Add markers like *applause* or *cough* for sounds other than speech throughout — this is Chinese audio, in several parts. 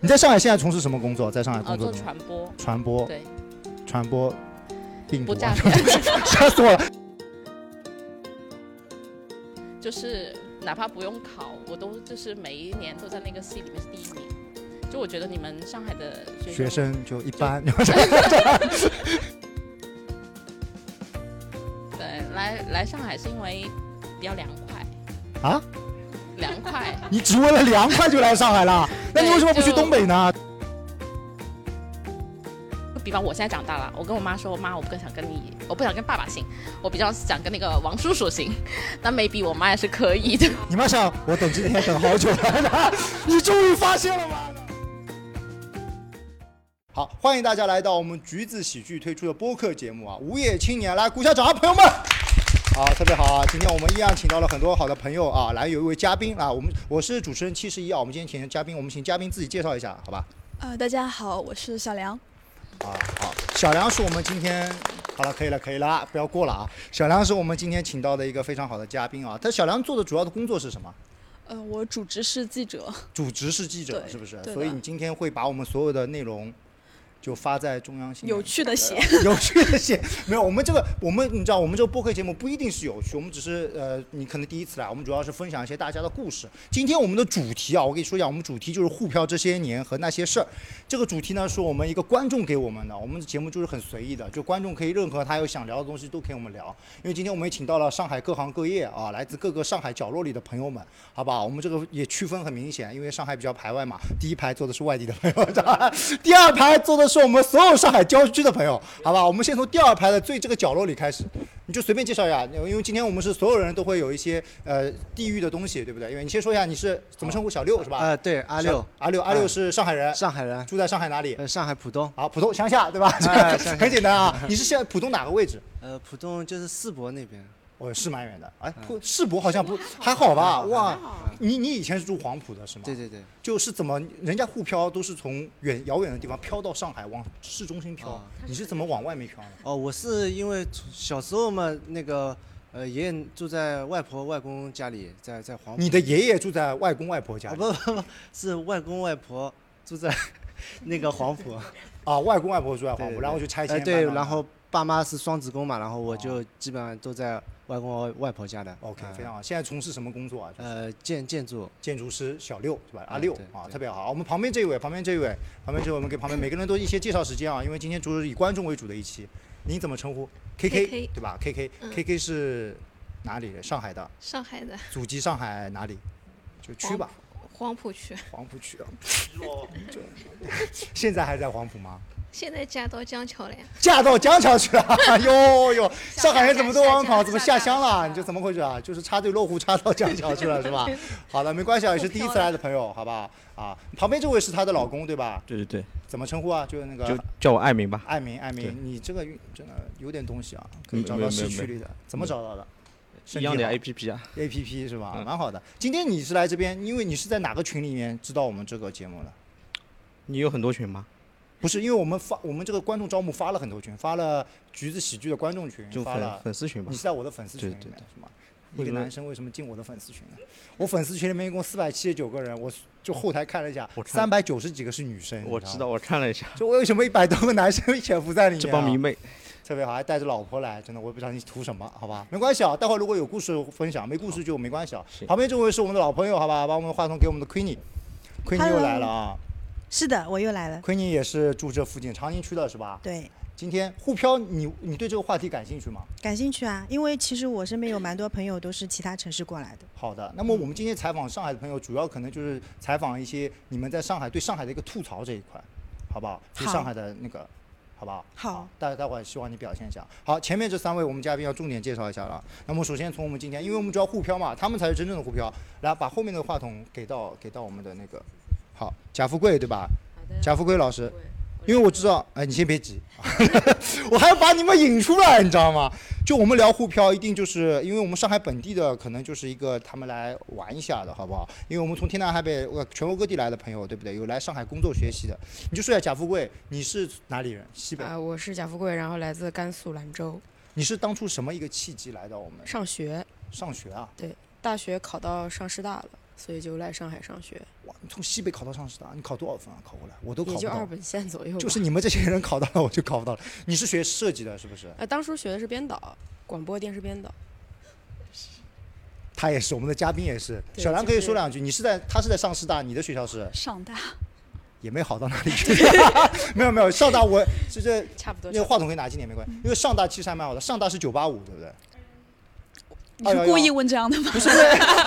你在上海现在从事什么工作？在上海呃，工做作中、传播，哦嗯传播，对，传播病毒不啊诈， *laughs* 吓死我了！ *laughs* 就是哪怕不用考，我都就是每一年都在那个系里面是第一名。就我觉得你们上海的学生生就一般， *laughs* 对来来上海是因为比较凉快啊， *laughs* 凉快。你只为了凉快就来上海了，那你为什么不去对就东北呢？就比方我现在长大了，我跟我妈说，妈，我不想跟你，我不想跟爸爸姓，我比较想跟那个王叔叔姓。 *laughs* 那 maybe 我妈也是可以的。 *laughs* 你妈想，我等今天等好久 *laughs* 了，你终于发现了吗？好，欢迎大家来到我们橘子喜剧推出的播客节目啊，《午夜青年》，来鼓下掌啊，朋友们！啊，特别好啊！今天我们一样请到了很多好的朋友啊，来有一位嘉宾啊，我们我是主持人七十一啊，我们今天请的嘉宾，我们请嘉宾自己介绍一下，好吧？呃，大家好，我是小梁。啊，好，小梁是我们今天好了，可以了，可以了，不要过了啊！小梁是我们今天请到的一个非常好的嘉宾啊，他小梁做的主要的工作是什么？呃，我主职是记者。主职是记者，对是不是？对的所以你今天会把我们所有的内容就发在中央新闻有趣的写， *laughs* 有趣的写。没有，我们这个我们你知道，我们这个播客节目不一定是有趣，我们只是呃，你可能第一次来，我们主要是分享一些大家的故事。今天我们的主题啊，我跟你说一下，我们主题就是沪漂这些年和那些事儿。这个主题呢是我们一个观众给我们的，我们的节目就是很随意的，就观众可以任何他有想聊的东西都可以我们聊。因为今天我们也请到了上海各行各业啊，来自各个上海角落里的朋友们，好不好？我们这个也区分很明显，因为上海比较排外嘛，第一排坐的是外地的朋友，第二排坐的是我们所有上海郊区的朋友，好吧？我们先从第二排的最这个角落里开始，你就随便介绍一下，因为今天我们是所有人都会有一些呃地域的东西，对不对？因为你先说一下你是怎么称呼小六是吧？呃，对，阿六小，阿啊六，阿六是上海人，上呃海人，住在上海哪里？呃，上海浦东，好，浦东乡下对吧？ *laughs* 哎乡下很简单啊。你是现在浦东哪个位置？呃，浦东就是世博那边，哦，是蛮远的。哎，嗯浦世博好像不还好吧？哇，你你以前是住黄浦的是吗？对。对对，就是怎么人家沪漂都是从远遥远的地方飘到上海，往市中心飘啊，你是怎么往外面飘呢？哦，我是因为从小时候嘛，那个呃，爷爷住在外婆外公家里，在在黄浦，你的爷爷住在外公外婆家嗯哦里不不不，是外公外婆住 *laughs* 在那个黄浦，啊，外公外婆住在黄对浦，对然后就拆迁呃搬到那。对，然后爸妈是双职工嘛，然后我哦就基本上都在外公外外婆家的。 OK 呃非常好。现在从事什么工作啊？就是呃，建建筑，建筑师小六是吧？阿嗯六对啊，对特别好。我们旁边这一位，旁边这一位，旁边这位，我们给旁边每个人都一些介绍时间啊，因为今天主要是以观众为主的一期。您怎么称呼？K K 对吧？K K K K 是哪里人？上海的，嗯上海的祖籍上海哪里？就区吧，黄浦区，黄浦区啊。 *laughs* 就现在还在黄浦吗？现在嫁到江桥了呀。嫁到江桥去了， *laughs* 哎呦呦，上海人怎么都往下跑，下怎么下下乡下了？你这怎么回事啊？就是插队落户插到江桥去了是 *laughs* 吧？好的，没关系啊，也是第一次来的朋友，好不好？啊，旁边这位是她的老公对吧？对对对，怎么称呼啊？就是那呃就个叫我爱民吧。艾明，艾对明，你这个运真的有点东西啊，可以没找没到没市没区里的，怎么找到的？身一体样的好 A P P 啊， A P P 是吧？嗯蛮好的。今天你是来这边，因为你是在哪个群里面知道我们这个节目的？你有很多群吗？不是，因为我们发我们这个观众招募发了很多群，发了橘子喜剧的观众群，就发粉了粉丝群吧嗯你。是在我的粉丝群里面对对对是吗？一个为什么男生为什么进我的粉丝群呢？我粉丝群里面一共四百七十九个人，我就后台看了一下我，看三百九十几个是女生。我你知道，。我看了一下，就为什么一百多个男生潜伏在里面、啊？这帮迷妹特别好，还带着老婆来，真的我也不知道你图什么，好吧？没关系啊，待会儿如果有故事分享，没故事就没关系啊。行旁边这位是我们的老朋友，好吧？把我们话筒给我们的 Queenie，Queenie 又来了啊是的，我又来了。 ，Queenie 也是住这附近长宁区的是吧？对，今天沪漂，你你对这个话题感兴趣吗？感兴趣啊，因为其实我身边有蛮多朋友都是其他城市过来的。好的，那么嗯我们今天采访上海的朋友，主要可能就是采访一些你们在上海对上海的一个吐槽这一块，好不好？对好上海的那个，好不好？好，待待会儿希望你表现一下。好，前面这三位我们嘉宾要重点介绍一下了。那么首先从我们今天，因为我们主要沪漂嘛，他们才是真正的沪漂。来，把后面的话筒给到给到我们的那个，好，贾富贵对吧？贾富贵老师，因为我知道，哎，你先别急， *laughs* 我还要把你们引出来，你知道吗？就我们聊沪漂，一定就是因为我们上海本地的，可能就是一个他们来玩一下的，好不好？因为我们从天南海北、呃全国各地来的朋友，对不对？有来上海工作学习的，你就说一下贾富贵，你是哪里人？西北。啊、我是贾富贵，然后来自甘肃兰州，你是当初什么一个契机来到我们上学，上学啊？大学考到上师大了，所以就来上海上学，哇，你从西北考到上师大，你考多少分啊？考过来，我都考也不就到二。本线左右吧。就是你们这些人考到了，我就考不到了。你是学设计的，是不是？呃，当初学的是编导，广播电视编导。他也是，我们的嘉宾也是。对小兰就可以是说两句，你是在他是在上师大，你的学校是上大也没好到哪里去。 *laughs* 没有没有，上大我这这差不多那个话筒可以拿近点没关系，因为上大其实还蛮好的，上大是九八五，对 *laughs* 不对？你是211故意问这样 *laughs* 的吗？不是，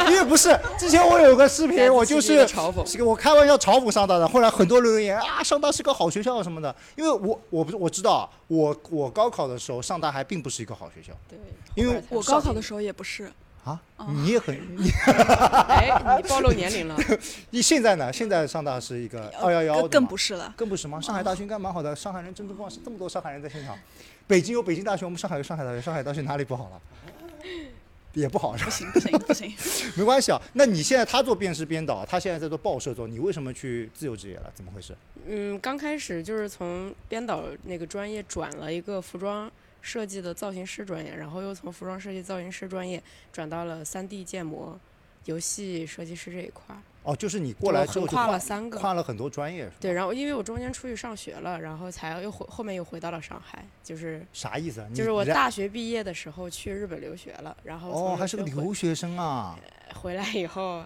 因为不是之前我有个视来频，自我其就中一个是嘲讽，是给我开玩笑嘲讽上大的，后来很多留言啊，上大是个好学校什么的，因为我我不是我知道，我我高考的时候上大还并不是一个好学校，对，因为我高考的时候也不是，啊哦，你也很你候，哎，你暴露年龄了，你现在呢？现在上大是一个哦二幺幺，更更不是是 *laughs* 了。更不是吗？上海大学应该蛮好的，上海人真的不是这么多上海人在现场，北京有北京大学，我们上海有上海大学，上海大学哪里不好 *laughs* 了？也不好是吧？不行不行不行，没关系啊。那你现在他做电视编导，他现在在做报社做，你为什么去自由职业了？怎么回事？ *laughs* 嗯，刚开始就是从编导那个专业转了一个服装设计的造型师专业，然后又从服装设计造型师专业转到了 3D 建模、游戏设计师这一块儿，哦，就是你过来就之后 *laughs* 我横就跨了三个。跨了很多专业，是吧对，然后因为我中间出去上学了，然后才又回后面又回到了上海，就是啥意思啊？你就是我人大学毕业的时候去日本留学了，然后从哦，还是个学回留学生 *laughs* 啊，回来以后，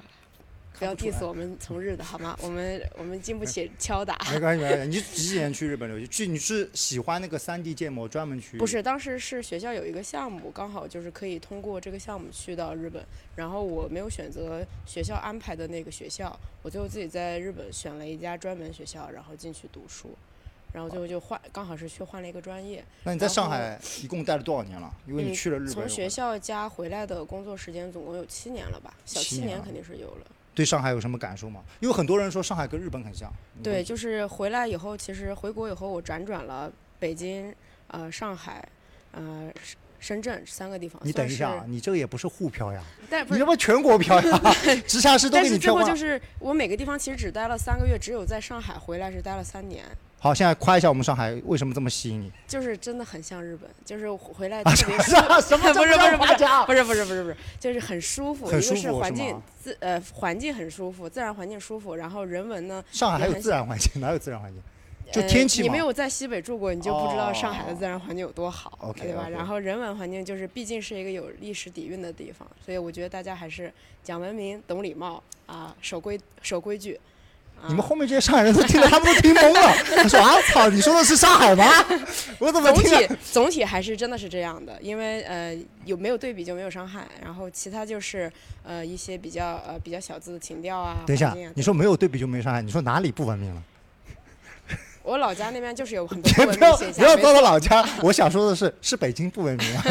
不要看不出 diss 来我们从日的好吗？我们我们经 *laughs* 不起敲打。没关系没关哎系。你是几几年去日本留学？去你是喜欢那个三 D 建模，专门去？不是，当时是学校有一个项目，刚好就是可以通过这个项目去到日本。然后我没有选择学校安排的那个学校，我最后自己在日本选了一家专门学校，然后进去读书。然后最后就换，刚好是去换了一个专业。那你在然上后海一共待了多少年了？因为你嗯去了日本有回来，从学校加回来的工作时间总共有七年了吧？小七七年年了肯定是有了。对上海有什么感受吗？因为很多人说上海跟日本很像。你对，会就是回来以后，其实回国以后，我辗转了北京、呃上海、呃深深圳三个地方。你等算一是下，啊，，你这个也不是沪漂呀，但不你是这，不全国漂 *laughs* 呀，直辖市都但给是你最漂后光就了。是我每个地方其实只待了三个月，只有在上海回来是待了三年，好，现在夸一下我们上海为什么这么吸引你？就是真的很像日本，就是回来特别舒。啊什么不是不是不是家？ *laughs* 不是不是不是不是，就是很舒服，很一舒个是服环是境吗自呃环境很舒服，自然环境舒服，然后人文呢，上海还有也很自然环境，哪有自然环境？就呃天气你嘛没有在西北住过，你就不知道上海的哦自然环境有多好， OK，对吧 OK 然后人文环境就是毕竟是一个有历史底蕴的地方，所以我觉得大家还是讲文明、懂礼貌啊，守规守规矩。啊、你们后面这些上海人 *laughs* 都听得他们都听懵了。他说啊，操，你说的是上海吗？ *laughs* 我怎么总听了？体总体还是真的是这样的，因为呃有没有对比就没有伤害，然后其他就是呃一些比较呃比较小资的情调啊。等一下环境啊，你说没有对比就没上海，你说哪里不文明了？我老家那边就 *laughs* 是有很多别文不明要现不象，要没到了老家，我想说的是，是北京不文明啊，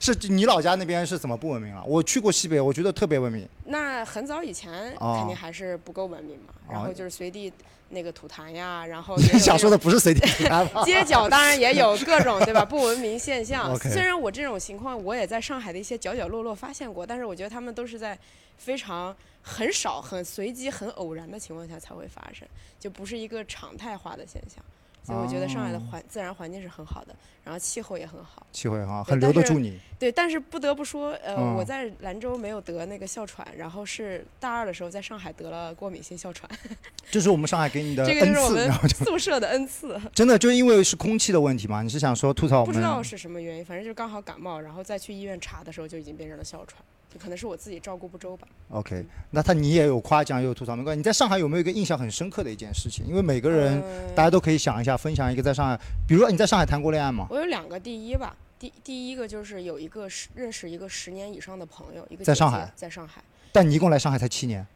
是是你老家那边是怎么不文明了？我去过西北，我觉得特别文明。那很早以前哦肯定还是不够文明嘛，然哦后就是随地那个吐痰呀，然后 *laughs* 你也有想那说种的不是随地吐痰 *laughs* 吧？街角当然也有各种对吧不文明现象。 OK 虽然我这种情况我也在上海的一些角角落落发现过，但是我觉得他们都是在非常很少、很随机、很偶然的情况下才会发生，就不是一个常态化的现象。所以我觉得上海的哦环自然环境是很好的，然后气候也很好。机会哈，对很留得但是住你。对，但是不得不说，呃，嗯我在兰州没有得那个哮喘，然后是大二的时候在上海得了过敏性哮 *laughs* 喘，这是我们上海给你的这个就恩是我赐，然后们就宿舍的恩赐。真的就是因为是空气的问题嘛？你是想说吐槽我不们？知道是什么原因，反正就是刚好感冒，然后再去医院查的时候就已经变成了哮喘，就可能是我自己照顾不周吧。 OK，那他你也有夸奖，也有吐槽，没关系。你在上海有没有一个印象很深刻的一件事情？因为每个人、嗯大家都可以想一下，分享一个在上海，比如说你在上海谈过恋爱吗？我有两个第一吧，第第一个就是有一个十认识一个十年以上的朋友，一个在姐上姐海在上海，但你一共来上海才七年，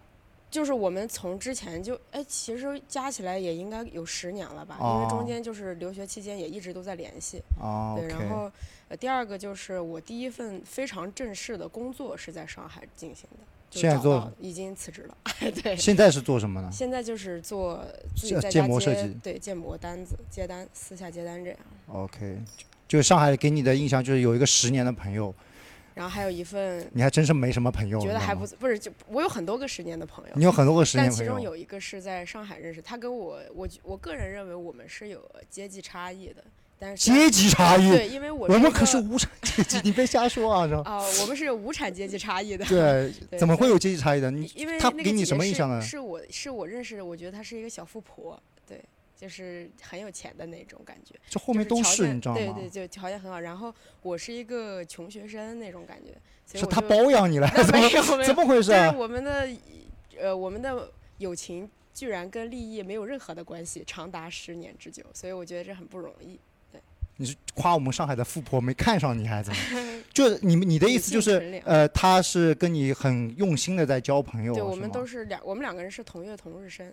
就是我们从之前就哎，其实加起来也应该有十年了吧，因为哦中间就是留学期间也一直都在联系。哦对，然，OK，后呃，第二个就是我第一份非常正式的工作是在上海进行的，就现在找做啊到已经辞职了，对。现在是做什么呢？现在就是做自己建在建家模设接计对建模单子接单，私下接单这样。 OK，就上海给你的印象就是有一个十年的朋友，然后还有一份你还真是没什么朋友，觉你得知道还吗不错不是就我有很多个十年的朋友，你有很多个十但年其朋中友，有一个是在上海认识，他跟我我觉我个人认为我们是有阶级差异的，但是阶级差异，对，因为我我一们个可是无产阶级， *laughs* 你别瞎说啊，是 *laughs* 吧？啊、我们是有无产阶级差异的。对，对怎么会有阶级差异的？你因为他那个给你姐什姐么印是象呢啊是我是我认识的，我觉得她是一个小富婆，对，就是很有钱的那种感觉。这后面就都条是，件你知道对吗？对，就条件很好。然后我是一个穷学生那种感觉，所以是我他就包养你来，那怎 *laughs* 没么有没怎有，么回事但啊是？我们的呃我们的友情居然跟利益没有任何的关系，长达十年之久，所以我觉得这很不容 *laughs* 易。你是夸我们上海的富婆没看上你还 *laughs* 是怎么？就是你们你的意思就女性纯是良呃，他是跟你很用心的在交朋友，对，我是们吗都是两，我们两个人是同月同日生，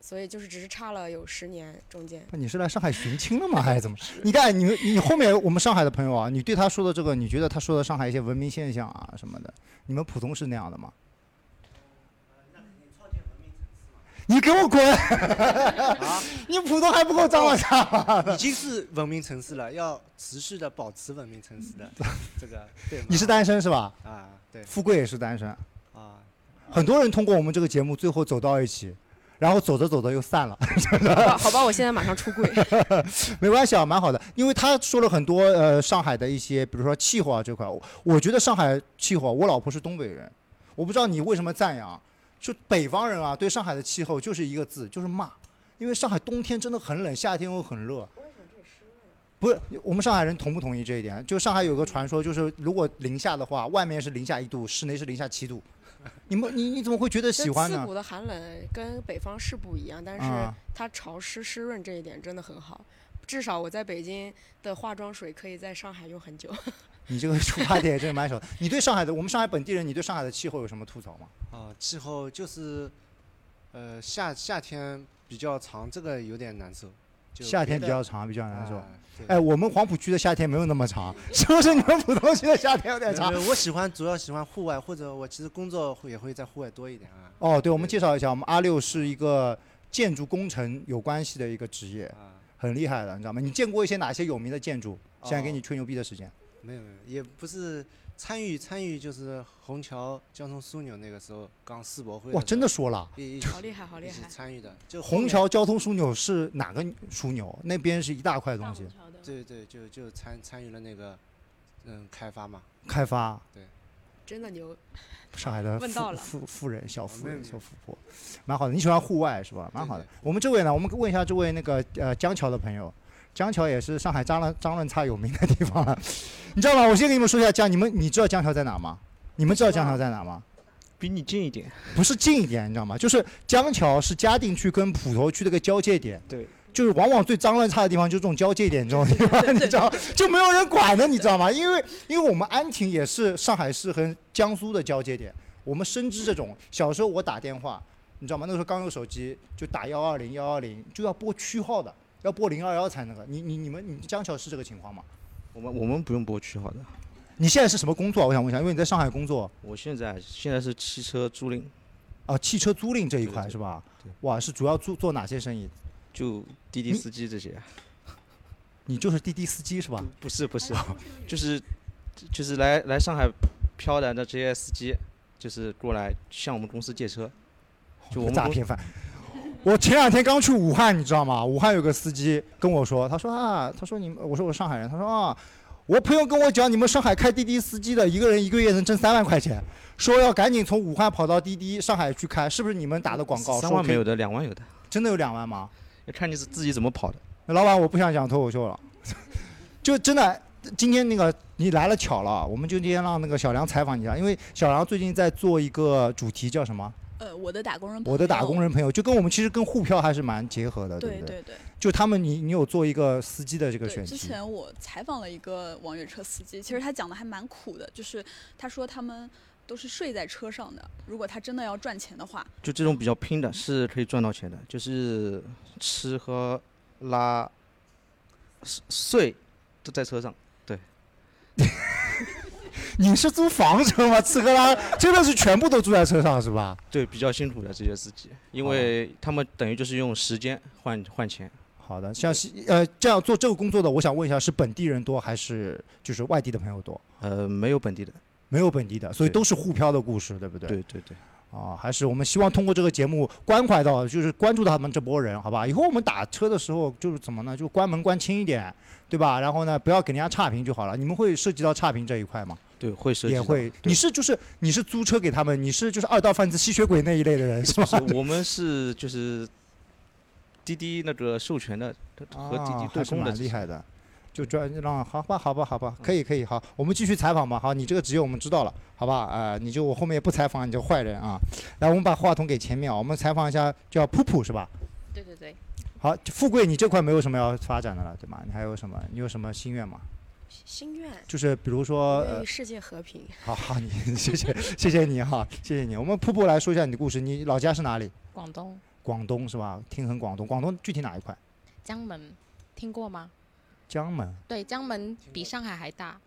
所以就是只是差了有十年 *laughs* 中间。你是来上海寻亲了吗？还是怎么？你看，你们你后面我们上海的朋友啊，你对他说的这个，你觉得他说的上海一些文明现象啊什么的，你们浦东是那样的吗？ *laughs* 你给我滚！ *laughs* 你浦东还不够脏了啥？已经是文明城市了，要持续的保持文明城市 *laughs* 的这个，对吗？你是单身是吧？啊，对富贵也是单身，啊，很多人通过我们这个节目最后走到一起，然后走着走着又散了。好吧，好吧，我现在马上出柜。没关系啊，蛮好的，因为他说了很多呃上海的一些，比如说气候啊这块，我我觉得上海气候啊，我老婆是东北人，我不知道你为什么赞扬，就北方人啊对上海的气候就是一个字，就是骂，因为上海冬天真的很冷，夏天又很热。不是，我们上海人同不同意这一点？就上海有个传说，就是如果零下的话，外面是零下一度，室内是零下七度。你们你你怎么会觉得喜欢刺呢？骨的寒冷跟北方是不一样，但是啊、它潮湿湿润这一点真的很好。至少我在北京的化妆水可以在上海用很久。你这个 *laughs* 出发点真的蛮少的。你对上海的，我们上海本地人，你对上海的气候有什么吐槽吗？啊，气候就是，呃，夏夏天比较长，这个有点难受。就夏天比别的较长，比较难受。啊对哎，我们黄浦区的夏天没有那么长，是不是你们浦东区的夏天有点长没？有呃我喜欢主要喜欢户外，或者我其实工作会也会在户外多一点啊。哦，对，我们介绍一下，我们阿六是一个建筑工程有关系的一个职业，啊，很厉害的，你知道吗？你见过一些哪些有名的建筑？现在给哦你吹牛逼的时间。没有没有，也不是参与参与，就是虹桥交通枢纽那个时候刚世博会时候。哇，真的说了，一一好起厉害，好厉一起 *laughs* 害！参与的，就后虹面。桥交通枢纽是哪个枢纽？那边是一大块东西对对，就就参参与了那个，嗯，开发嘛。开发，真的牛，上海的问富到了富富人、小富没有人、没有小富婆，蛮好的。你喜欢户外是吧？蛮好的。哦对对我们这位呢，我们问一下这位那个呃江桥的朋友，江桥也是上海张乱张乱差有名的地方了， *laughs* 你知道吗？我先给你们说一下江，你们你知道江桥在哪吗？你们知道江桥在哪吗？比你近一点。不是近一点，你知道吗？就是江桥是嘉定区跟浦头区的一个交界点。对。就是往往最脏乱差的地方，就这种交界点这种地 *laughs* 方，你知道，就没有人管的，你知道吗？因为因为我们安亭也是上海市和江苏的交界点，我们深知这种。小时候我打电话，你知道吗？那时候刚有手机，就打幺二零幺二零，就要拨区号的，要拨零二幺才那个。你你你们你江桥是这个情况吗？我们我们不用拨区号的。你现在是什么工作啊？我想问一下，因为你在上海工作我现在现在是汽车租赁，啊，汽车租赁这一对块对是吧对？哇，是主要做做哪些生意？就滴滴你司机这些。啊你就是滴滴司机是吧？不是不是， *laughs* 就是就是来来上海飘的那这些司机，就是过来向我们公司借车。就我们诈公骗犯。 *laughs* 我前两天刚去武汉，你知道吗？武汉有个司机跟我说，他说啊，他说你们，我说我上海人，他说啊，我朋友跟我讲，你们上海开滴滴司机的，一个人一个月能挣三万块钱，说要赶紧从武汉跑到滴滴上海去开，是不是你们打的广告？三说万可以没有，的，两万有的，真的有两万吗？要看你是自己怎么跑的。老板，我不想讲脱口秀了，就真的。今天那个你来了巧了，我们就今天让那个小梁采访你一下，因为小梁最近在做一个主题叫什么？呃，我的打工人，我的打工，人朋友，就跟我们其实跟沪漂还是蛮结合的，对不对？对对就他们你，你有做一个司机的这个对。选之题，前我采访了一个网约车司机，其实他讲的还蛮苦的，就是他说他们都是睡在车上的，如果他真的要赚钱的话，就这种比较拼的，是可以赚到钱的，就是吃喝拉睡睡都在车上。你是租房车吗？吃喝拉真的是全部都住在车上是吧？对，比较辛苦的这些司机，因为他们等于就是用时间换换钱。好的，像西呃这样做这个工作的，我想问一下，是本地人多还是就是外地的朋友多？呃，没有本地的。没有本地的，所以对都是沪漂的故事，对不对？对对对，啊、啊，还是我们希望通过这个节目关怀到，就是关注到他们这波人，好吧？以后我们打车的时候就是怎么呢？就关门关轻一点，对吧？然后呢，不要给人家差评就好了。你们会涉及到差评这一块吗？对，会涉及也到会。对你是就是你是租车给他们，你是就是二道贩子、吸血鬼那一类的人是吧？是我们是就是滴滴那个授权的和滴滴啊，对还是公的蛮厉害的。就嗯专让好吧，好吧，好吧，可以，可以，好，我们继续采访吧。好，你这个职业我们知道了，好吧？啊、你就我后面也不采访你这坏人啊。来，我们把话筒给前面啊，我们采访一下叫噗噗是吧？对对对，好，富贵，你这块没有什么要发展的了，对吧？你还有什么？你有什么心愿吗？心愿，就是比如说，愿呃意，世界和平。好好，你谢谢，谢谢你哈、谢谢你。我们瀑布来说一下你的故事，你老家是哪里？广东广东是吧？听很广东，广东具体哪一块？江门听过吗？江门，对，江门比上海还大，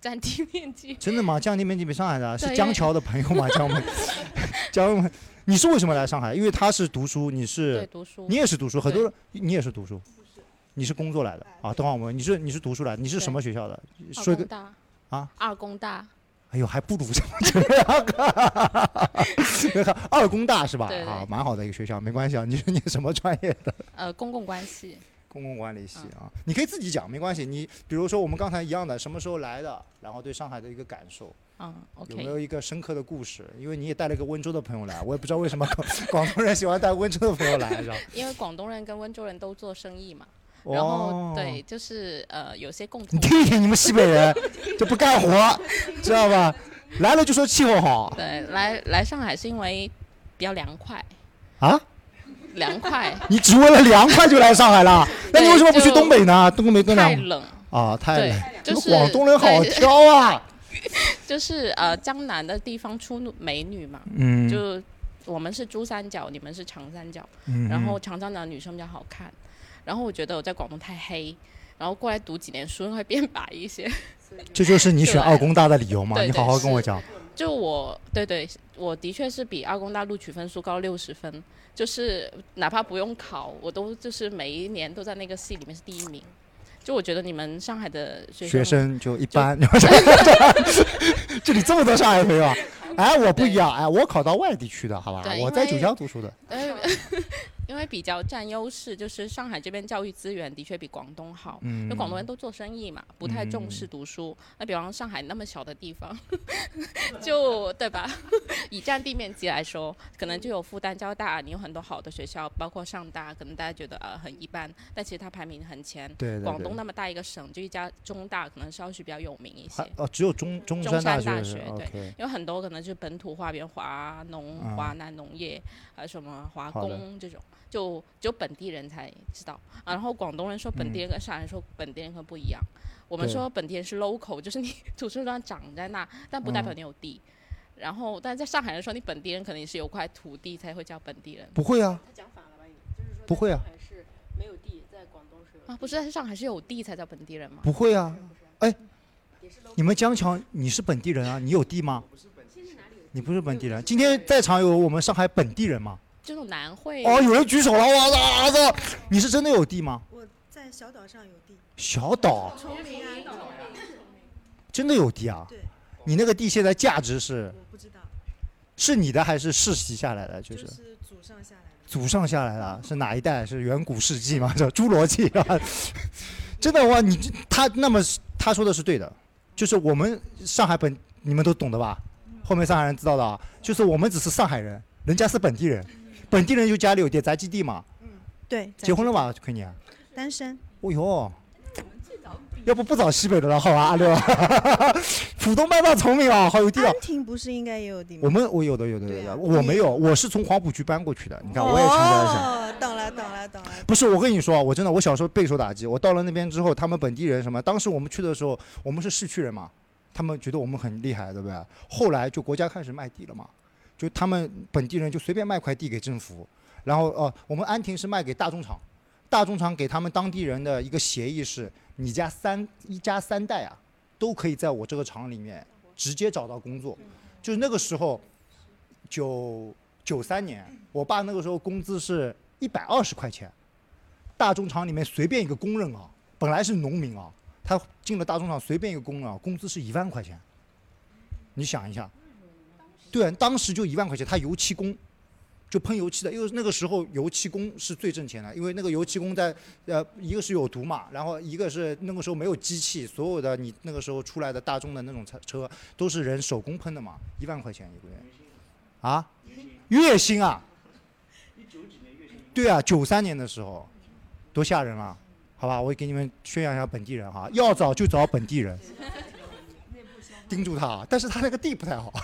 占地面积。真的吗？江宁面积比上海大，嗯对是因江为桥的朋友 *laughs* 吗？江门，江门，你是为什么来上海？因为他是读书，你对，是读书你。也是读书，很多人你也是读书，你是工作来的啊？等会儿我们你是你是读书来的，你是什对么学校的？说二一个工大啊，二工大，哎呦，还不如咱们这 *laughs* 样 *laughs* 啊！二工大是吧？对对啊，蛮好的一个学校，没关系啊。你是念什么专业的？呃，公共关系，公共管理系嗯啊，你可以自己讲，没关系。你比如说我们刚才一样的，什么时候来的，然后对上海的一个感受，嗯有没，OK，有一个深刻的故事？因为你也带了一个温州的朋友来，我也不知道为什么 *laughs* 广广东人喜欢带温州的朋友来，是吧？因为广东人跟温州人都做生意嘛，然哦后，对，就是呃，有些共你同，听一听你们西北人就不干活，知道吧？来了就说气候好对，来来上海是因为比较凉快，啊。*laughs* 凉快你只为了凉快就来上海了？那你为什么不去就东北呢？东北更太凉冷，啊，太对冷。，就你是们广东人好对挑 *laughs* 啊。就是呃，江南的地方出美女嘛，嗯就我们是珠三角，你们是长三角，嗯然后长三角的女生比较好看，然后我觉得我在广东太黑，然后过来读几年书会变白一些。这就是你选对二工大的理由嘛？对你好对好跟是我讲。就我对对，我的确是比二工大录取分数高六十分，就是哪怕不用考，我都就是每一年都在那个系里面是第一名。就我觉得你们上海的学学生生就一般， *laughs* 这里这么多上海朋友 *laughs* 啊！哎，我不一样，哎，我考到外地去的，好吧对？我因在九为江读书的，呃，因为比较占优势，就是上海这边教育资源的确比广东好。嗯因为广东人都做生意嘛，不太重视读书。那比方上海那么小的地方， *laughs* 就对吧？ *laughs* 以占地面积来说，可能就有复旦、交大，你有很多好的学校，包括上大，可能大家觉得呃很一般，但其实它排名很前。对对对广东那么大一个省，就一家中大，可能稍许比较有名一些还。哦，只有中中中山大山大是学对 OK。有很多可能就是本土化，比如华农、嗯华南农业，还有什么华好的工这种，就只有本地人才知道。啊、然后广东人说本地人跟上海人说本地人可不一样，我们对说本地人是 local，就是你土生土长长在那，但不代表你有地。然后，但在上海人说你本地人肯定是有块土地才会叫本地人不会啊，他讲反了吧？就是说，不会啊，是没有地，在广东是有啊，不是在上海是有地才叫本地人吗？不会啊。哎，你们江桥，你是本地人啊？你有地吗？你不是本地人。今天在场有我们上海本地人吗？这种南汇哦，有人举手了，我操！我操，你是真的有地吗？我在小岛上有地，小哦岛崇明啊，真的有地啊？对，你那个地现在价值是我不知道，是你的还是世袭下来的？就是是祖上下来的。祖上下来的，啊是哪一代？是远古世纪吗？ *laughs* 这侏罗纪啊？ *laughs* 真的哇，你这他那么他说的是对的，就是我们上海本你们都懂的吧？后面上海人知道的啊，就是我们只是上海人，人家是本地人，本地人就家里有点宅基地嘛。对，结婚了吧，亏你？单身，哦哟，要不不找西北的了，好吧，阿六，啊 *laughs* 浦东半岛崇明啊，好有地道安。亭不是应该也有地吗？我们我有的有的有对的，啊我没有，我是从黄浦区搬过去的。你看，我也强调一下。哦，懂了，懂了，懂了。不是，我跟你说啊，我真的，我小时候备受打击。我到了那边之后，他们本地人什么，当时我们去的时候，我们是市区人嘛，他们觉得我们很厉害，对不对？后来就国家开始卖地了嘛，就他们本地人就随便卖块地给政府，然后哦、呃我们安亭是卖给大众厂，大众厂给他们当地人的一个协议是，你家三一家三代啊，都可以在我这个厂里面直接找到工作，就是那个时候，九九三年，我爸那个时候工资是一百二十块钱。大中厂里面随便一个工人啊，本来是农民啊，他进了大中厂随便一个工人啊，工资是一万块钱。你想一下，对，当时就一万块钱，他油漆工。就喷油漆的，因为那个时候油漆工是最挣钱的，因为那个油漆工在呃，一个是有毒嘛，然后一个是那个时候没有机器，所有的你那个时候出来的大众的那种车车都是人手工喷的嘛，一万块钱一个月，啊，月薪啊，对啊，九三年的时候，多吓人啊！好吧，我给你们宣扬一下本地人哈，要找就找本地人，盯住他，但是他那个地不太好， *laughs*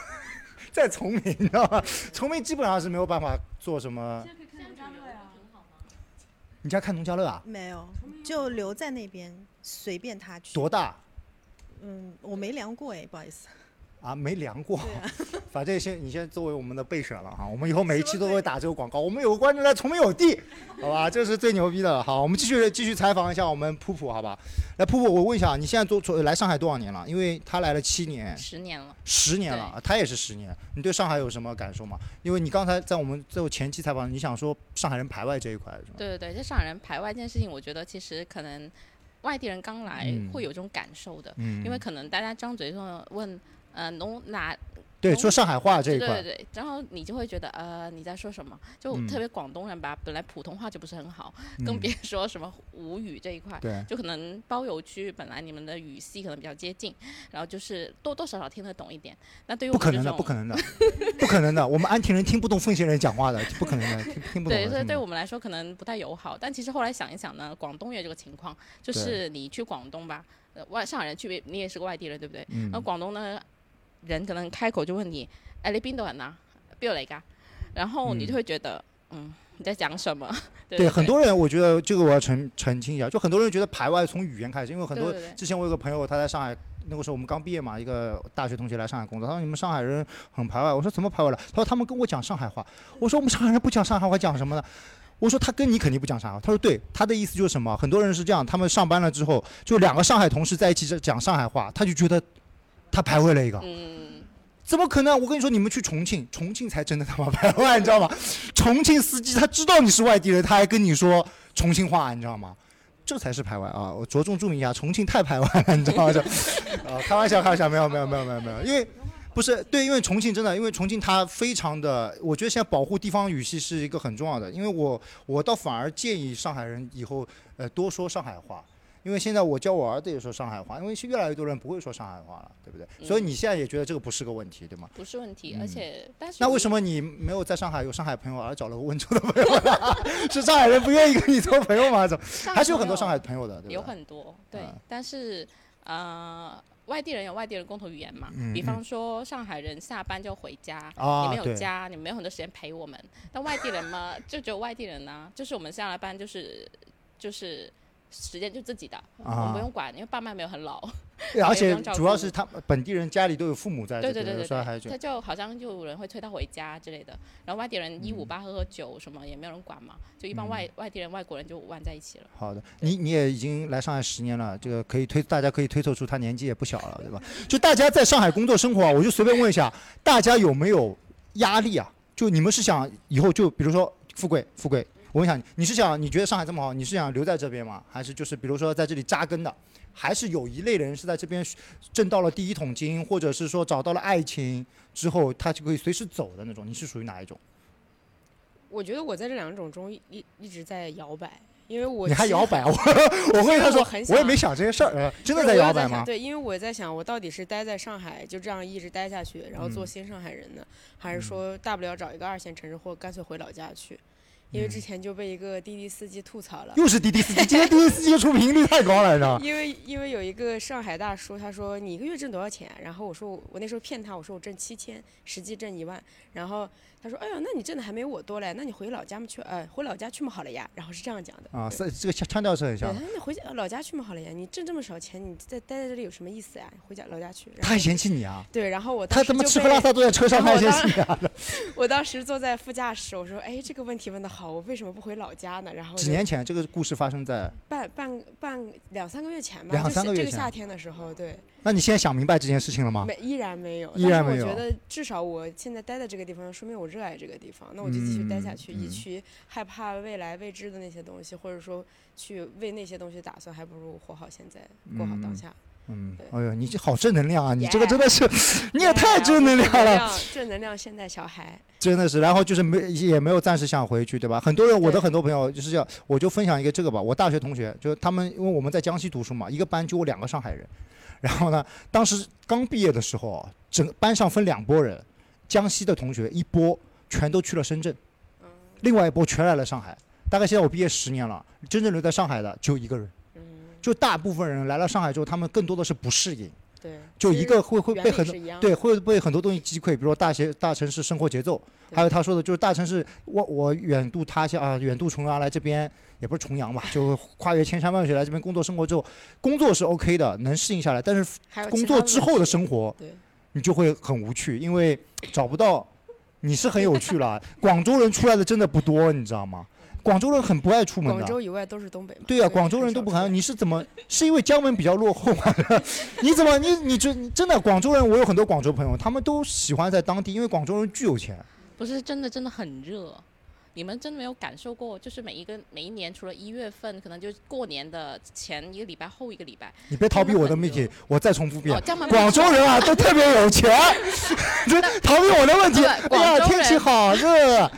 在崇明，你知道吧？崇明基本上是没有办法做什么。你家看农家乐啊？没有，就留在那边，随便他去。多大嗯，我没量过哎，不好意思。啊？没量过， *laughs* 反正先你先作为我们的备选了哈，我们以后每一期都会打这个广告。我们有个观众在崇明有地，好吧，这是最牛逼的了。好，我们继续继续采访一下我们噗噗，好吧？来，噗噗，我问一下，你现在做做来上海多少年了？因为他来了七年，十年了。十年了，啊他也是十年。你对上海有什么感受吗？因为你刚才在我们最后前期采访，你想说上海人排外这一块是吗？对对对，在上海人排外这件事情，我觉得其实可能外地人刚来嗯会有这种感受的，嗯因为可能大家张嘴说问，呃，侬哪对说上海话这一对块对，对，然后你就会觉得呃你在说什么？就嗯特别广东人吧，本来普通话就不是很好，嗯更别说什么吴语这一块。对就可能包邮区本来你们的语系可能比较接近，然后就是多多少少听得懂一点。那对于不我可们这能的，种不可能的，不可能的，我们安亭人听不懂奉贤人讲话的，不可能的，听听不懂的。对，所听以不对懂我们来说可能不太友好。但其实后来想一想呢，广东也有这个情况，就是你去广东吧，呃，外上海人去别，你也是个外地人，对不对？嗯那、广东呢，人可能开口就问你，哎，你边度人啊？边度嚟噶？然后你就会觉得，嗯你在讲什么？ *laughs* 对对对很多人，我觉得这个我要澄澄清一下，就很多人觉得排外从语言开始，因为很多对对对之前我有个朋友，他在上海。那个时候我们刚毕业嘛，一个大学同学来上海工作，他说你们上海人很排外。我说怎么排外了？他说他们跟我讲上海话。我说我们上海人不讲上海话，讲什么呢？我说他跟你肯定不讲上海话。他说对，他的意思就是什么？很多人是这样，他们上班了之后，就两个上海同事在一起讲上海话，他就觉得他排位了一个。嗯，怎么可能？我跟你说，你们去重庆，重庆才真的他妈排外，你知道吗？重庆司机他知道你是外地人，他还跟你说重庆话，你知道吗？这才是排外啊！我着重注明一下，重庆太排外了，你知道吗？这啊，开玩笑，开玩笑，没有，没有，没有，没有，没有，因为不是对，因为重庆真的，因为重庆它非常的，我觉得现在保护地方语系是一个很重要的，因为我我倒反而建议上海人以后呃多说上海话。因为现在我教我儿子也说上海话，因为是越来越多人不会说上海话了，对不对？所以嗯你现在也觉得这个不是个问题，对吗？不是问题。嗯而且，但是那为什么？么你没有在上海有上海朋友，而找了个温州的朋友呢？ *laughs* 是上海人不愿意跟你做朋友吗？怎么还是有很多上海朋友的，对吧？有很多，对，嗯但是呃，外地人有外地人共同语言嘛，嗯比嗯方说上海人下班就回家。你啊，们有对，家，你们没有很多时间陪我们。但外地人嘛，就只有外地人呢、就是我们下了班就是就是时间就自己的，我们啊，不用管，因为爸妈没有很老。对而且不用照主要顾是他们本地人家里都有父母在这对边，对对对所以还对，就他就好像就有人会催他回家之类的。然后外地人嗯一五八喝喝酒什么也没有人管嘛，就一般外、外地人外国人就玩在一起了。好的，你你也已经来上海十年了，这个可以推，大家可以推测出他年纪也不小了，对吧？就大家在上海工作生活啊，我就随便问一下，大家有没有压力啊？就你们是想以后就比如说富贵，富贵，我问一下你，你是想你觉得上海这么好，你是想留在这边吗？还是就是比如说在这里扎根的？还是有一类人是在这边挣到了第一桶金，或者是说找到了爱情之后，他就可以随时走的那种？你是属于哪一种？我觉得我在这两种中一一一直在摇摆，因为我你还其实摇摆啊？我 *laughs* 我会他说我很，想我也没想这些事儿，呃真的不是我摇又摆想吗？对，因为我在想，我到底是待在上海就这样一直待下去，然后做嗯新上海人呢，还是嗯说大不了找一个二线城市，或干脆回老家去？因为之前就被一个滴滴司机吐槽了。嗯又是滴滴司机，今天滴滴司机的出频率太高了，你知 *laughs* 道吗？因为因为有一个上海大叔，他说你一个月挣多少钱啊？然后我说我我那时候骗他，我说我挣七千，实际挣一万。然后他说哎呦，那你挣的还没我多嘞，那你回老家嘛去，呃，回老家去嘛好了呀。然后是这样讲的啊，对是这个腔腔调是很对，像他。说你回家老家去嘛好了呀，你挣这么少钱，你在待在这里有什么意思呀？回家老家去。然他后还嫌弃你啊？对，然后我当他时他妈就吃被喝拉撒都在车上，然他后还我嫌当弃你啊？ *laughs* 我当时坐在副驾驶，我说：“哎，这个问题问得好，我为什么不回老家呢？”然后几就年前这个故事发生在，半半半两三个月前吧，两就是三个月这个前啊夏天的时候，对，那你现在想明白这件事情了吗？没依然没有，依但然是我没有觉得至少我现在待在这个地方，说明我热爱这个地方，那我就继续待下嗯去，嗯以去害怕未来未知的那些东西，或者说去为那些东西打算，还不如活好现在，过好当嗯下。嗯对，哎呦，你这好正能量啊！你这个 Yeah 真的是，你也太正能量了，，正能量现代小孩。真的是。然后就是没也没有暂时想回去，对吧？很多人，我的很多朋友就是这样，我就分享一个这个吧。我大学同学，就是他们，因为我们在江西读书嘛，一个班就我两个上海人。然后呢，当时刚毕业的时候，整个班上分两拨人，江西的同学一波全都去了深圳，嗯另外一波全来了上海。大概现在我毕业十年了，真正留在上海的只有一个人。嗯就大部分人来了上海之后，他们更多的是不适应，对，就其一实个会会原被理很多是一样的对，会被很多东西击溃，比如说大学大城市生活节奏，还有他说的就是大城市，我我远渡他乡啊，远渡重洋来这边，也不是重洋吧，就跨越千山万水来这边工作生活之后，工作是 OK 的，能适应下来，但是还有工其作他之问后的题生活对，你就会很无趣，因为找不到。你是很有趣了，广州人出来的真的不多，你知道吗？广州人很不爱出门的广。州以外都是东北嘛。对呀、广州人都不含喊你是怎么？是因为江门比较落后吗？ *laughs* 你怎么你你这你真的广州人，我有很多广州朋友，他们都喜欢在当地，因为广州人巨有钱。不是真的真的很热。你们真的没有感受过，就是每一个每一年，除了一月份，可能就是过年的前一个礼拜、后一个礼拜，你别逃避我的真的很 Mickey，热我再重复一遍哦，，江门哎广州人啊都特别有钱， *laughs* 这逃避我的问题。对哎广呀，州天气人好热，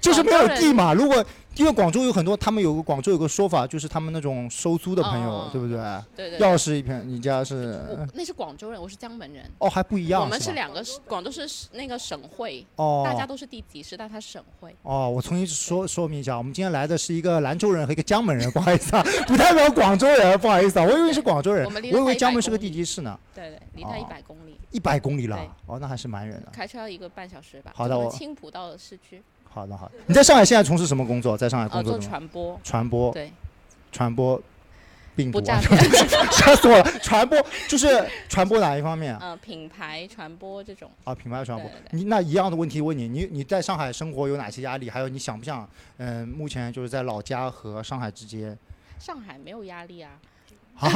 就是没有广州地人嘛。如果因为广州有很多，他们有个广州有个说法，就是他们那种收租的朋友，哦对不对？对对对，钥匙一片，你家是我那是广州人，我是江门人，哦还不嗯一我样们是是吧？两个是广州是那个省会，哦，大家都是地级市，但它省会。哦，我重新说说明一下，我们今天来的是一个兰州人和一个江门人， *laughs* 不好意思啊，不代表广州人，不好意思啊，我以为是广州人，我们离以得为才江门100是个公地里级市呢，对对，离它一哦百公里，一百公里了对，哦，那还是蛮远的。开车要一个半小时吧。好的从我青浦到市区，好的，好的。你在上海现在从事什么工作？在上海呃，工作做的吗？传播，传播，对，传播病毒不 *laughs* 啊诈，对骗，吓死我了！传播就是传播哪一方面啊？呃，品牌传播这种。啊，品牌传播对对。对你那一样的问题问你，你你在上海生活有哪些压力？还有你想不想？嗯，目前就是在老家和上海之间。上海没有压力啊，啊！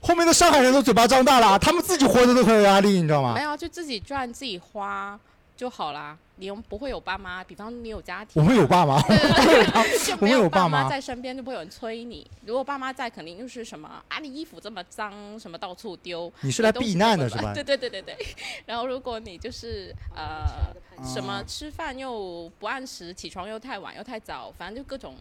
后面的上海人都嘴巴张大了，他们自己活着都很有压力，你知道吗没？有啊，就自己赚自己花就好啦。你又不会有爸妈，比方你有家庭，我们有爸妈，对对对，就没我们有有爸爸妈妈在身边，就不会有人催你。如果爸妈在，肯定就是什么啊，你衣服这么脏，什么到处丢， *laughs* 你是来东西避难的怎是么吧办 *laughs* ？对对对对对。然后如果你就是呃什么啊吃饭又不按时，起床又太晚又太早，反正就各种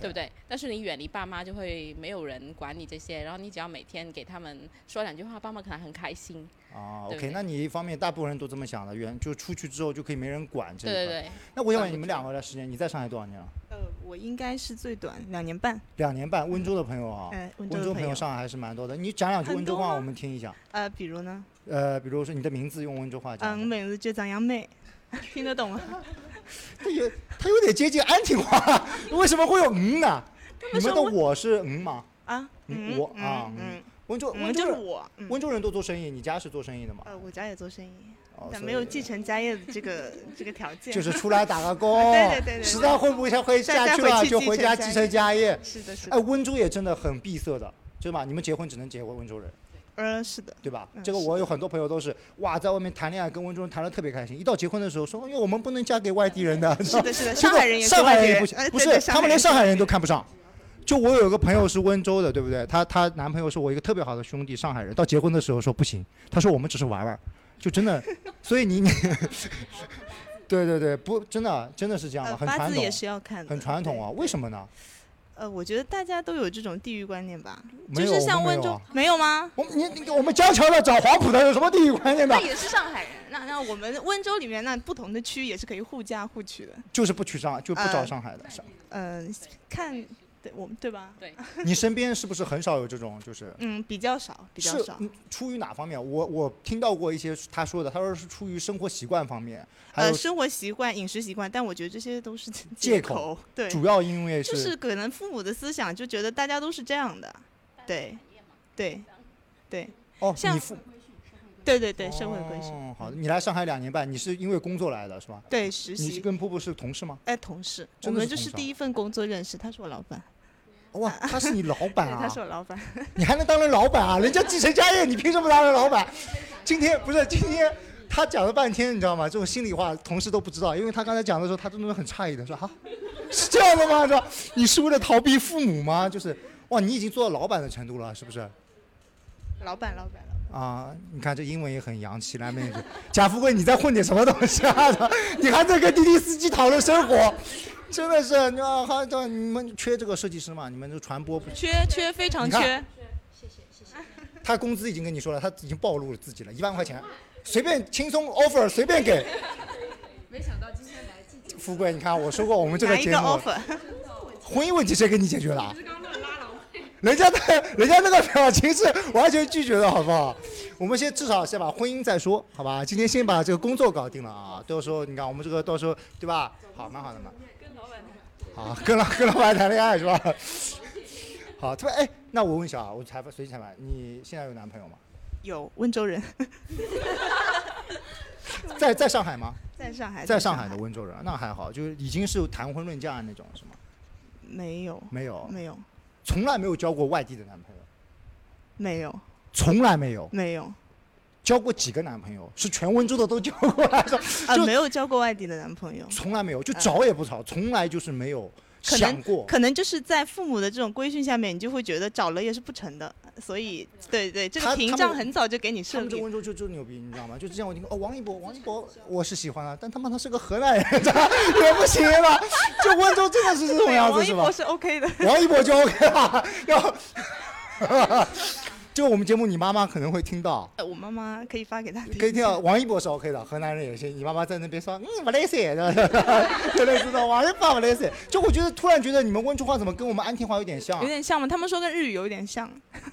对不对？但是你远离爸妈，就会没有人管你这些，然后你只要每天给他们说两句话，爸妈可能很开心。啊对不，OK，对那你一方面大部分人都这么想的，远就出去之后就可以没人管这对一块。对对，那我想问你们两个的时间，你在上海多少年了？呃，我应该是最短两年半。两年半。温州的朋友啊，嗯，温温州州的朋朋友友。上海还是蛮多的。你讲两句温州很多话，吗我们听一下。呃，比如呢？呃，比如说你的名字用温州话讲嗯，一下。每日就张 *laughs* 杨妹，听得懂吗？他有他有点接近安亭话，为什么会有嗯呢？你们的我是嗯吗？啊，嗯嗯，我嗯啊嗯，温州嗯，温就州是人我。嗯温州人都做生意，你家是做生意的吗？呃，我家也做生意，哦但所没有以继承家业的这个这个条件。 *laughs* 就是出来打个工，对对对对实对在混不下会下再去再回了，去就继回承家家继承业家业。是的，是哎，的，温州也真的很闭塞的，对吧？你们结婚只能结婚温州人，呃，是 *laughs* 的，对吧？嗯这个是我有很多朋友都是哇，在外面谈恋爱跟温州人谈的特别开心，一到结婚的时候说，因为哎我们不能嫁给外地人的，是的，是的，这上个海人也是上海外地人也人不行哎，不对是对他们连上海人都是看不上。就我有一个朋友是温州的，对不对？她她男朋友是我一个特别好的兄弟，上海人。到结婚的时候说不行，他说我们只是玩玩，就真 *laughs* 的。所以你你， *laughs* 对对对，不真的真的是这样的，啊呃，很八传字也统，是要看的，很传统啊。对为什么呢？呃，我觉得大家都有这种地域观念吧，没有，就是我们像没温有州啊，没有吗？我们你你我们江桥的找黄埔的有什么地域观念的那？也是上海人，那那我们温州里面那不同的区也是可以互嫁互娶的，就是不去上，就不找呃上海的。上嗯，看，对我们对吧？你身边是不是很少有这种就是？嗯，比较少，比较是少。嗯出于哪方面？我我听到过一些他说的，他说是出于生活习惯方面，还呃，有生活习惯、饮食习惯，但我觉得这些都是 *laughs* 借口口。对，主要因为就是是可能父母的思想就觉得大家都是这样的，对，对，对，哦，像你父对对对，社会规训。哦，好的，你来上海两年半，你是因为工作来的是吧？对，实你是习。跟瀑布是同 *laughs* 事吗？哎，同事，我真的们是就同是事啊第一份工作认识，他是我老板，哇，他是你老板对，啊！ *laughs* 他是我 *laughs* 老板。你还能当人老板啊？人家继承家业，你凭什么当人老板？今天不是今天，他讲了半天，你知道吗？这种心里话，同事都不知道，因为他刚才讲的时候，他真的是很诧异的说啊，是这样的吗？说你是为了逃避父母吗？就是哇，你已经做到老板的程度了，是不是？老板，老板，老板，啊，你看这英文也很洋气，来妹子，贾富贵，你在混点什么东西啊？ *laughs* 你还在跟滴滴司机讨论生活，真的是，你啊，好，你们缺这个设计师嘛？你们这传播不？缺缺非常你看缺，他工资已经跟你说了，他已经暴露了自己了，一万块钱，随便轻松 offer 随便给。没想到今天来季节，富贵，你看我说过我们这拿个一节个目，啊 offer， *laughs* 婚姻问题谁给你解决了啊？刚乱拉郎 *laughs* 人家那人家那个表情是完全拒绝的，好不好？我们先至少先把婚姻再说，好吧？今天先把这个工作搞定了啊，到时候你看我们这个到时候对吧？好，蛮好的嘛。好，跟老跟老板谈恋爱是吧？好，特别哎，那我问一下啊，我采访随机采访，你现在有男朋友吗？有温州人在在上海吗？在上海，在上上海的温州人，啊那还好，就是已经是谈婚论嫁那种是吗？没有，没有，没有，从来没有交过外地的男朋友，没有，从来没有没有交过几个男朋友，是全温州的都交过 *laughs* 来的。啊就，没有交过外地的男朋友，从来没有，就找也不找，从来就是没有嗯可能想过。可能就是在父母的这种规训下面，你就会觉得找了也是不成的，所以对对，这他个屏他障们很早就给你他设们这立。温州就就牛逼，你知道吗？就之前我听过哦，王一博，王一博我是喜欢啊，但他妈他是个河南人， *laughs* 也不行 *laughs* 了。就温州真的是这种对样子王一是吧博？是 OK 的，王一博就 OK 了， *laughs* 然后。 *laughs* 就我们节目，你妈妈可能会听到，呃 *laughs* 我妈妈可以发给他听。可以听啊到王一博是 OK 的，河南人也行。你妈妈在那边说，嗯，不累死， *laughs* 就类似的，王一博不累死。就我觉得突然觉得你们温州话怎么跟我们安亭话有点像啊有？点像吗？他们说跟日语有点像，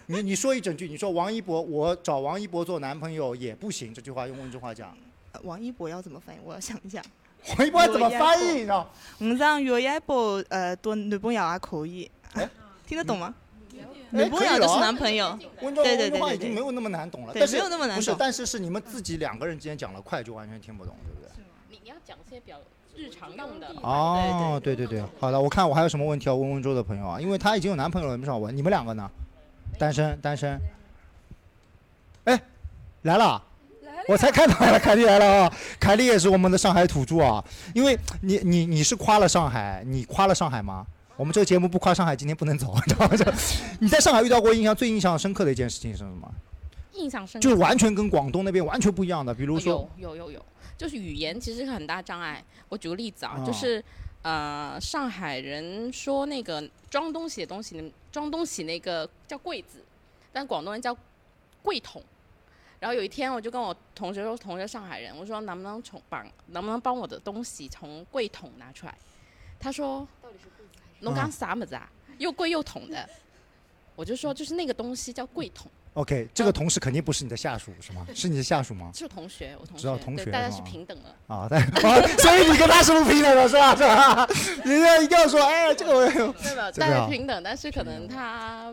你你说一整句，你说王一博，我找王一博做男朋友也不行，这句话用温州话讲，呃王一博要怎么翻译？我要想一下。王一博怎么翻译？你知道？ *laughs* 我让有一博呃多女朋友也可以，听得懂吗？哎女朋友啊就是男朋友，温州温对对对州话对已经对没有那么难懂了，哦对但是没有那么难不是，懂但是是你们自己两个人之间讲了快，就完全听不懂，对不对？你你要讲些比较日常用的，哦，对对对，好了，我看我还有什么问题要问温州的朋友啊？因为她已经有男朋友了，没少问。你们两个呢？单身，单身。哎，来了。我才看到了，凯莉来了啊！凯莉也是我们的上海土著啊，因为你你你是夸了上海，你夸了上海吗？我们这个节目不夸上海，今天不能走， *laughs* 你知道吗？就你在上海遇到过印象最印象深刻的一件事情是什么？印象深刻。就是完全跟广东那边完全不一样的，比如说有有有有，就是语言其实是很大障碍。我举个例子啊，哦就是呃，上海人说那个装东西的东西，装东西那个叫柜子，但广东人叫柜桶。然后有一天，我就跟我同学说，同学上海人，我说能不能从把能不能帮我的东西从柜桶拿出来？他说，侬讲啥么子啊？又柜又桶的。我就说，就是那个东西叫柜桶。 OK，这个同事肯定不是你的下属是吗？是你的下属吗？是同学，我同知道学，同对，学大家是是吧平等的。啊，但 *laughs* 啊，所以你跟他是不平等的，是吧？是吧？ *laughs* 人家一定要说，哎，这个 *laughs* 我有。对吧？这个大家啊平等，但是可能他，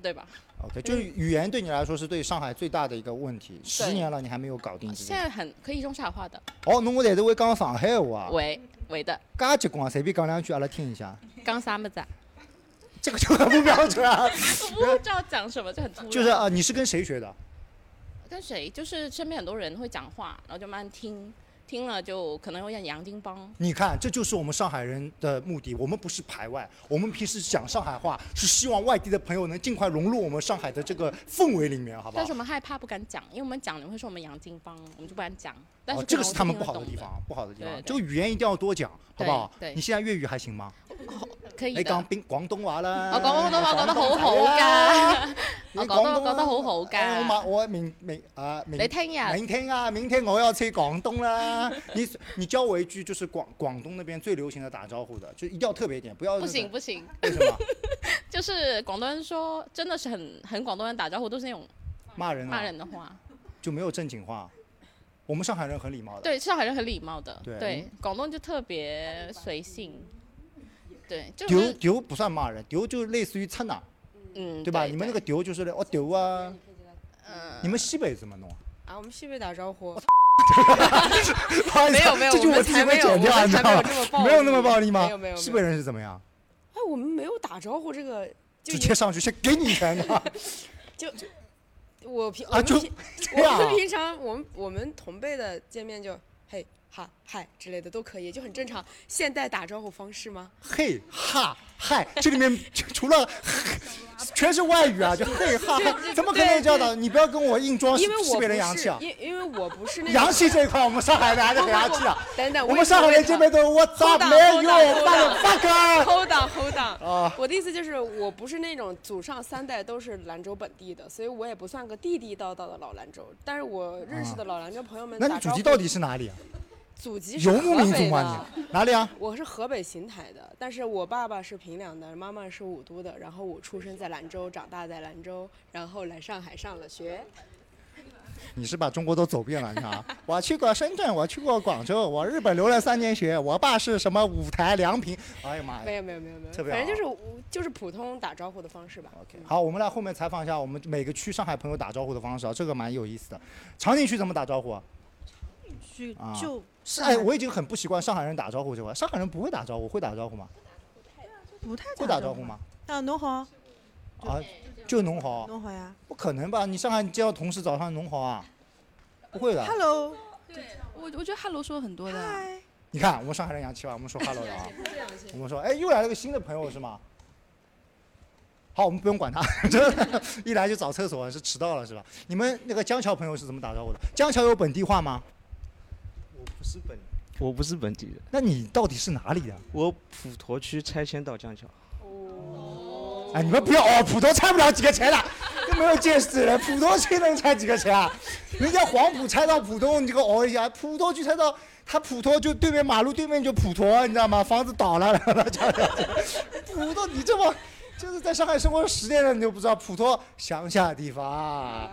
对吧？ OK，就是语言对你来说是对上海最大的一个问题，十对年了你还没有搞定自己现。在很可以用上海话的，哦，那我在这会讲上海话，喂喂的，嘎结棍，啊随便讲两句，阿拉听一下，刚啥么子啊？这个就很不标准啊。 *laughs* 我不知道讲什么，就很突然。就是啊，你是跟谁学的？跟谁，就是身边很多人会讲话，然后就慢慢听，听了就可能有点洋泾浜。你看，这就是我们上海人的目的。我们不是排外，我们平时讲上海话是希望外地的朋友能尽快融入我们上海的这个氛围里面，好不好但是？我们害怕不敢讲，因为我们讲你们会说我们洋泾浜，我们就不敢讲。但哦是可，这个能是我他们听不得好的懂地方，不好的地对方，对这个语言一定要多讲，好不好？对对你现在粤语还行吗？可以你的哦讲。冰广东話啦，我講廣東話哎講得好好㗎㗎，你我廣講東話得講得好好㗎哎哎我嘛我明明啊明你聽日明天啊，明天我要去廣東啦。 *laughs* 你你教我一句，就是廣廣東那边最流行的打招呼的，就一定要特别一点，不要不行，不行，为什 *laughs* 么就是广东人说真的是很很广东人打招呼都是那种骂人骂啊人的话。就没有正经话？我们上海人很礼貌的，对，上海人很礼貌的，对广东就特别随性，对，就丢是丢不算骂人，丢就类似于蹭啊，嗯，对吧？你们那个丢就是我丢啊，嗯，你们西北怎么弄啊？啊，我们西北打招呼，不好意思啊没有没有这句我们自己才会没有剪我掉，们你知才没道吗有这么？暴没有那么力暴力吗没有没有？西没北人是怎么样？哎，我们没有打招呼这个，就直一接上去先给你一 *laughs* 拳的我平我啊，们就平这我样啊们平常我们我们同辈的见面就嘿哈嗨之类的都可以，就很正常。现代打招呼方式吗？嘿哈嗨，这里面就除了 *laughs* 全是外语啊， *laughs* 就嘿哈嗨，怎么可能有这样的？你不要跟我硬装西因为我西北人洋不气是啊，！因因为我不是那洋种。气这一块，我们上海的还是很洋 *laughs* 气的。啊等等，我们上海人这边都 What's up, Hold on, man? hold on, You hold on. *laughs* motherfucker！ Hold on, hold on。啊，我的意思就是，我不是那种祖上三代都是兰州本地的，所以我也不算个地地道道的老兰州。但是我认识的老兰州朋友们那打你招呼，祖籍到底是哪里啊？祖籍是游牧河民族北吗的？你？哪里啊？我是河北邢台的，但是我爸爸是平凉的，妈妈是武都的，然后我出生在兰州，长大在兰州，然后来上海上了学。你是把中国都走遍了，你 *laughs* 看啊，我去过深圳，我去过广州，我日本留了三年学，我爸是什么五台良平，哎呀妈没呀有没有没有没有，特别反正就好是我就是普通打招呼的方式吧。 ！OK，好，我们来后面采访一下我们每个区上海朋友打招呼的方式啊，这个蛮有意思的。长宁区怎么打招呼啊？去啊就哎，我已经很不习惯上海人打招呼这块，上海人不会打招呼，会打招呼吗？不太会打招呼？吗？啊，侬好，啊，就侬好，侬好呀不可能吧？你上海你见到同事早上侬好啊？不会的。 ，Hello，我我觉得 hello 说了很多的啊，嗨，你看，我们上海人洋气吧？我们说 hello *laughs* 的啊，我们说，哎，又来了个新的朋友是吗？好，我们不用管他， *laughs* 真的，一来就找厕所，是迟到了是吧？你们那个江桥朋友是怎么打招呼的？江桥有本地话吗？我不是本，我不是本地人，那你到底是哪里的？我普陀区拆迁到江桥。哎，你们不要哦，普陀拆不了几个钱的，又没有见识的人，普陀区能拆几个钱啊？人家黄埔拆到浦东，你这个哦熬一下，普陀区拆到他普陀就对面马路对面就普陀，你知道吗？房子倒了，然 *laughs* 后他就普陀，你这么就是在上海生活十年了，你就不知道普陀乡下地方啊。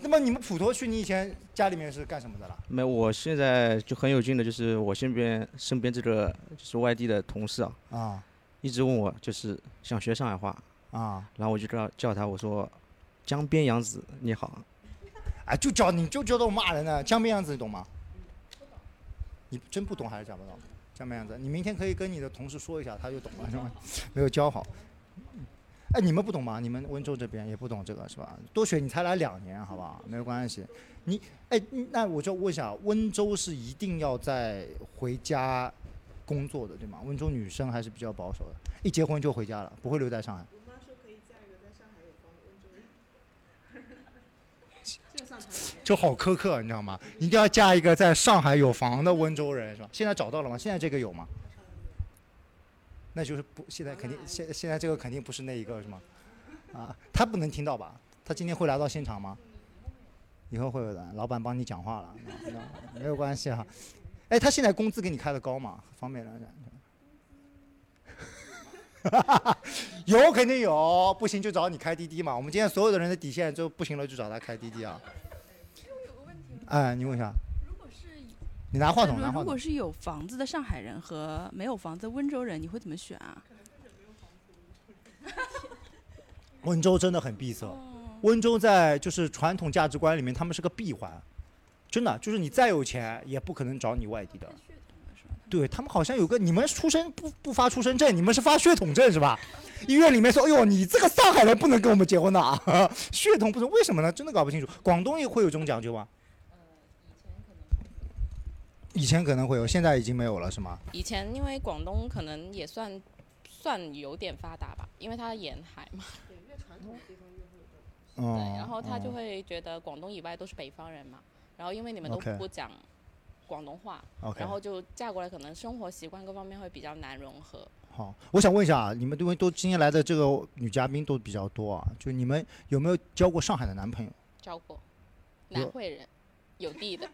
那么你们普陀区，你以前家里面是干什么的啦？没有，我现在就很有劲的，就是我身边身边这个就是外地的同事啊，啊一直问我就是想学上海话，啊，然后我就叫叫他，我说江边洋子你好，哎，就教你就教到骂人的江边样子，你懂吗？你真不懂还是假不懂？江边样子，你明天可以跟你的同事说一下，他就懂了，是吗？ *laughs* 没有教好。哎，你们不懂吗？你们温州这边也不懂这个是吧？多雪，你才来两年，好不好？没有关系。你哎，那我就问一下，温州是一定要在回家工作的，对吗？温州女生还是比较保守的，一结婚就回家了，不会留在上海。就好苛刻，你知道吗？一定要嫁一个在上海有房的温州人，是吧？现在找到了吗？现在这个有吗？那就是不，现在肯嗯定现现在这个肯定不是那一个，是吗？啊，他不能听到吧？他今天会来到现场吗？以后会有的，老板帮你讲话了，那那没有关系哈。哎，他现在工资给你开的高吗？方便了解。 *laughs* 有肯定有，不行就找你开滴滴嘛。我们今天所有的人的底线就不行了，就找他开滴滴啊。哎，你问一下，如果是你拿话筒，拿如话如筒果。啊是有房子的上海人和没有房子的温州人，你会怎么选啊？温州真的很闭塞，温州在就是传统价值观里面，他们是个闭环，真的就是你再有钱也不可能找你外地的。对他们好像有个，你们出生不不发出生证，你们是发血统证是 *laughs* 吧？医院里面说，哎呦，你这个上海人不能跟我们结婚的啊， *laughs* 血统不是为什么呢？真的搞不清楚。广东也会有这种讲究吗？呃以前可能会有，现在已经没有了，是吗？以前因为广东可能也算算有点发达吧，因为它沿海嘛，嗯，对，然后他就嗯会觉得广东以外都是北方人嘛，然后因为你们都 OK 不讲广东话嗯 OK 然后就嫁过来，可能生活习惯各方面会比较难融合。好，我想问一下啊，你们因为都今天来的这个女嘉宾都比较多啊，就你们有没有交过上海的男朋友？交过有南汇人，有地的，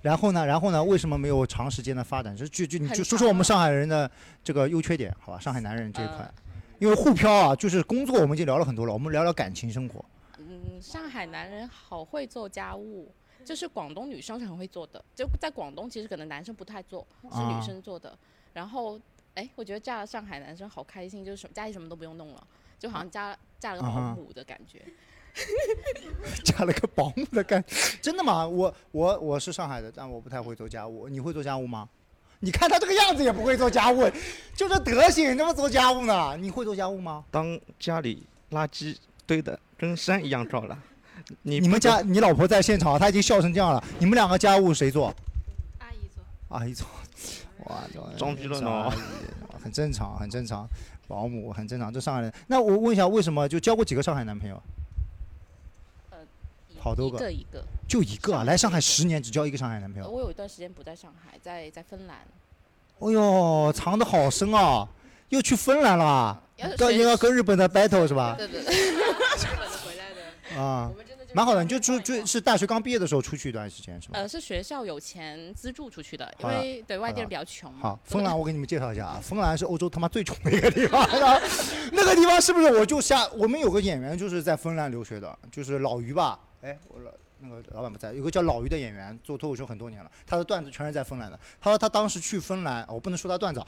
然后呢，然后呢，为什么没有长时间的发展？就就就你很就说长说我们啊上海人的这个优缺点，好吧？上海男人这一块，呃因为沪漂啊，就是工作我们已经聊了很多了，我们聊聊感情生活。嗯，上海男人好会做家务，就是广东女生是很会做的，就在广东其实可能男生不太做，是啊女生做的。然后，哎，我觉得嫁了上海男生好开心，就是什么家里什么都不用弄了，就好像嫁嫁了个保啊哈姆的感觉。嫁了个保姆的干，真的吗？我我我是上海的，但我不太会做家务。你会做家务吗？你看他这个样子也不会做家务，就这德行，怎么做家务呢？你会做家务吗？当家里垃圾堆的跟山一样高了，你你们不得家你老婆在现场，她已经笑成这样了。你们两个家务谁做？阿姨 *laughs* 装，哇，装逼了呢呢，很正常，很正常，保姆很正常，这上海人。那我问一下，为什么就交过几个上海男朋友？好多一个一个。就一个啊！来上海十年只交一个上海男朋呃友，我有一段时间不在上海，在在芬兰。哎呦，藏的好深啊！又去芬兰了啊要是，要谁要跟日本的 battle 是吧？ *laughs* 对对对。啊，蛮好的，你就出就是大学刚毕业的时候出去一段时间是吧？ *laughs* 呃，是学校有钱资助出去的，因好的为对外地人好的比较穷嘛。好，芬兰我给你们介绍一下啊，芬兰是欧洲他妈最穷的一个地方， *laughs* 然后那个地方是不是我就下我们有个演员就是在芬兰留学的，就是老于吧？哎，我老那个老板不在，有个叫老于的演员做脱口秀很多年了，他的段子全是在芬兰的。他说他当时去芬兰，哦我不能说他段子啊，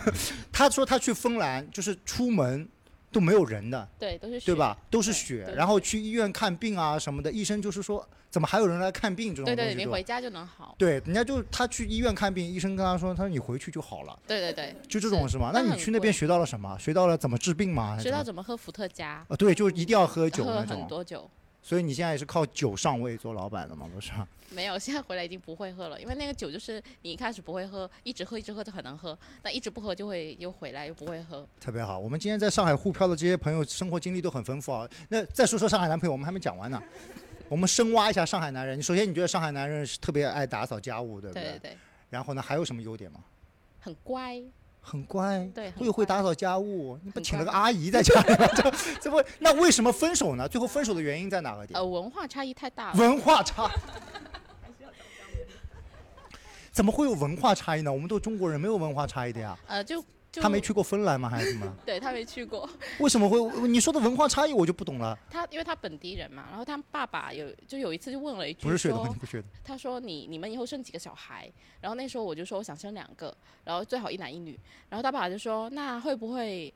*laughs* 他说他去芬兰就是出门都没有人的，对，都是对学吧？？都是血，然后去医院看病啊什么的，医生就是说怎么还有人来看病这种对东西，对，你吧回家就能好。对，人家就他去医院看病，医生跟他说，他说你回去就好了，对对对，就这种是吗？那那你很去那边学到了什么？学到了怎么治病吗？还是学到啊怎怎么喝伏特加么，啊？对，就是一定要喝酒喝那很种。多酒。所以你现在也是靠酒上位做老板的吗？不是？没有，现在回来已经不会喝了，因为那个酒就是你一开始不会喝，一直喝一直喝就很能喝，那一直不喝就会又回来又不会喝。特别好，我们今天在上海沪漂的这些朋友，生活经历都很丰富啊。那再说说上海男朋友，我们还没讲完呢。我们深挖一下上海男人。你首先，你觉得上海男人是特别爱打扫家务，对不对对对？对，然后呢，还有什么优点吗？很乖。很乖，对很会会打扫家务。你不请了个阿姨在家里吗， *laughs* 这这不那为什么分手呢？最后分手的原因在哪个地方？呃，文化差异太大了。文化差。怎么会有文化差异呢？我们都中国人，没有文化差异的呀。呃，就就他没去，过芬兰吗？还是怎么？对他没去过， *laughs* 为什么会？你说的文化差异我就不懂了。他因为他本地人嘛，然后他爸爸有就有一次就问了一句不是学的说话，你不学的。他说你你们以后生几个小孩？然后那时候我就说我想生两个，然后最好一男一女。然后他爸爸就说那会不会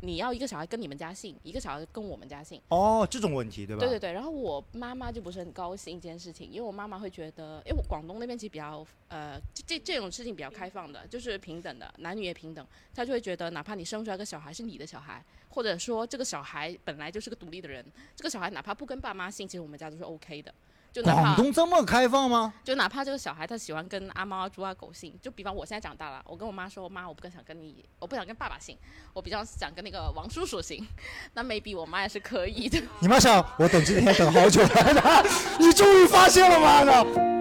你要一个小孩跟你们家姓，一个小孩跟我们家姓？哦，这种问题对吧？对对对，然后我妈妈就不是很高兴这件事情，因为我妈妈会觉得，因为我广东那边其实比较呃，这这这种事情比较开放的，就是平等的，男女也平等，她就会觉得，哪怕你生出来个小孩是你的小孩，或者说这个小孩本来就是个独立的人，这个小孩哪怕不跟爸妈姓，其实我们家都是 OK 的，就哪广怕东这么开放吗？就哪怕这个小孩他喜欢跟阿猫啊、猪啊、狗姓，就比方我现在长大了，我跟我妈说，妈，我不更想跟你，我不想跟爸爸姓，我比较想跟那个王叔叔姓， *laughs* 那 maybe 我妈也是可以的。 *laughs* 你妈想，我等这天等好久了，你终于发现了吗？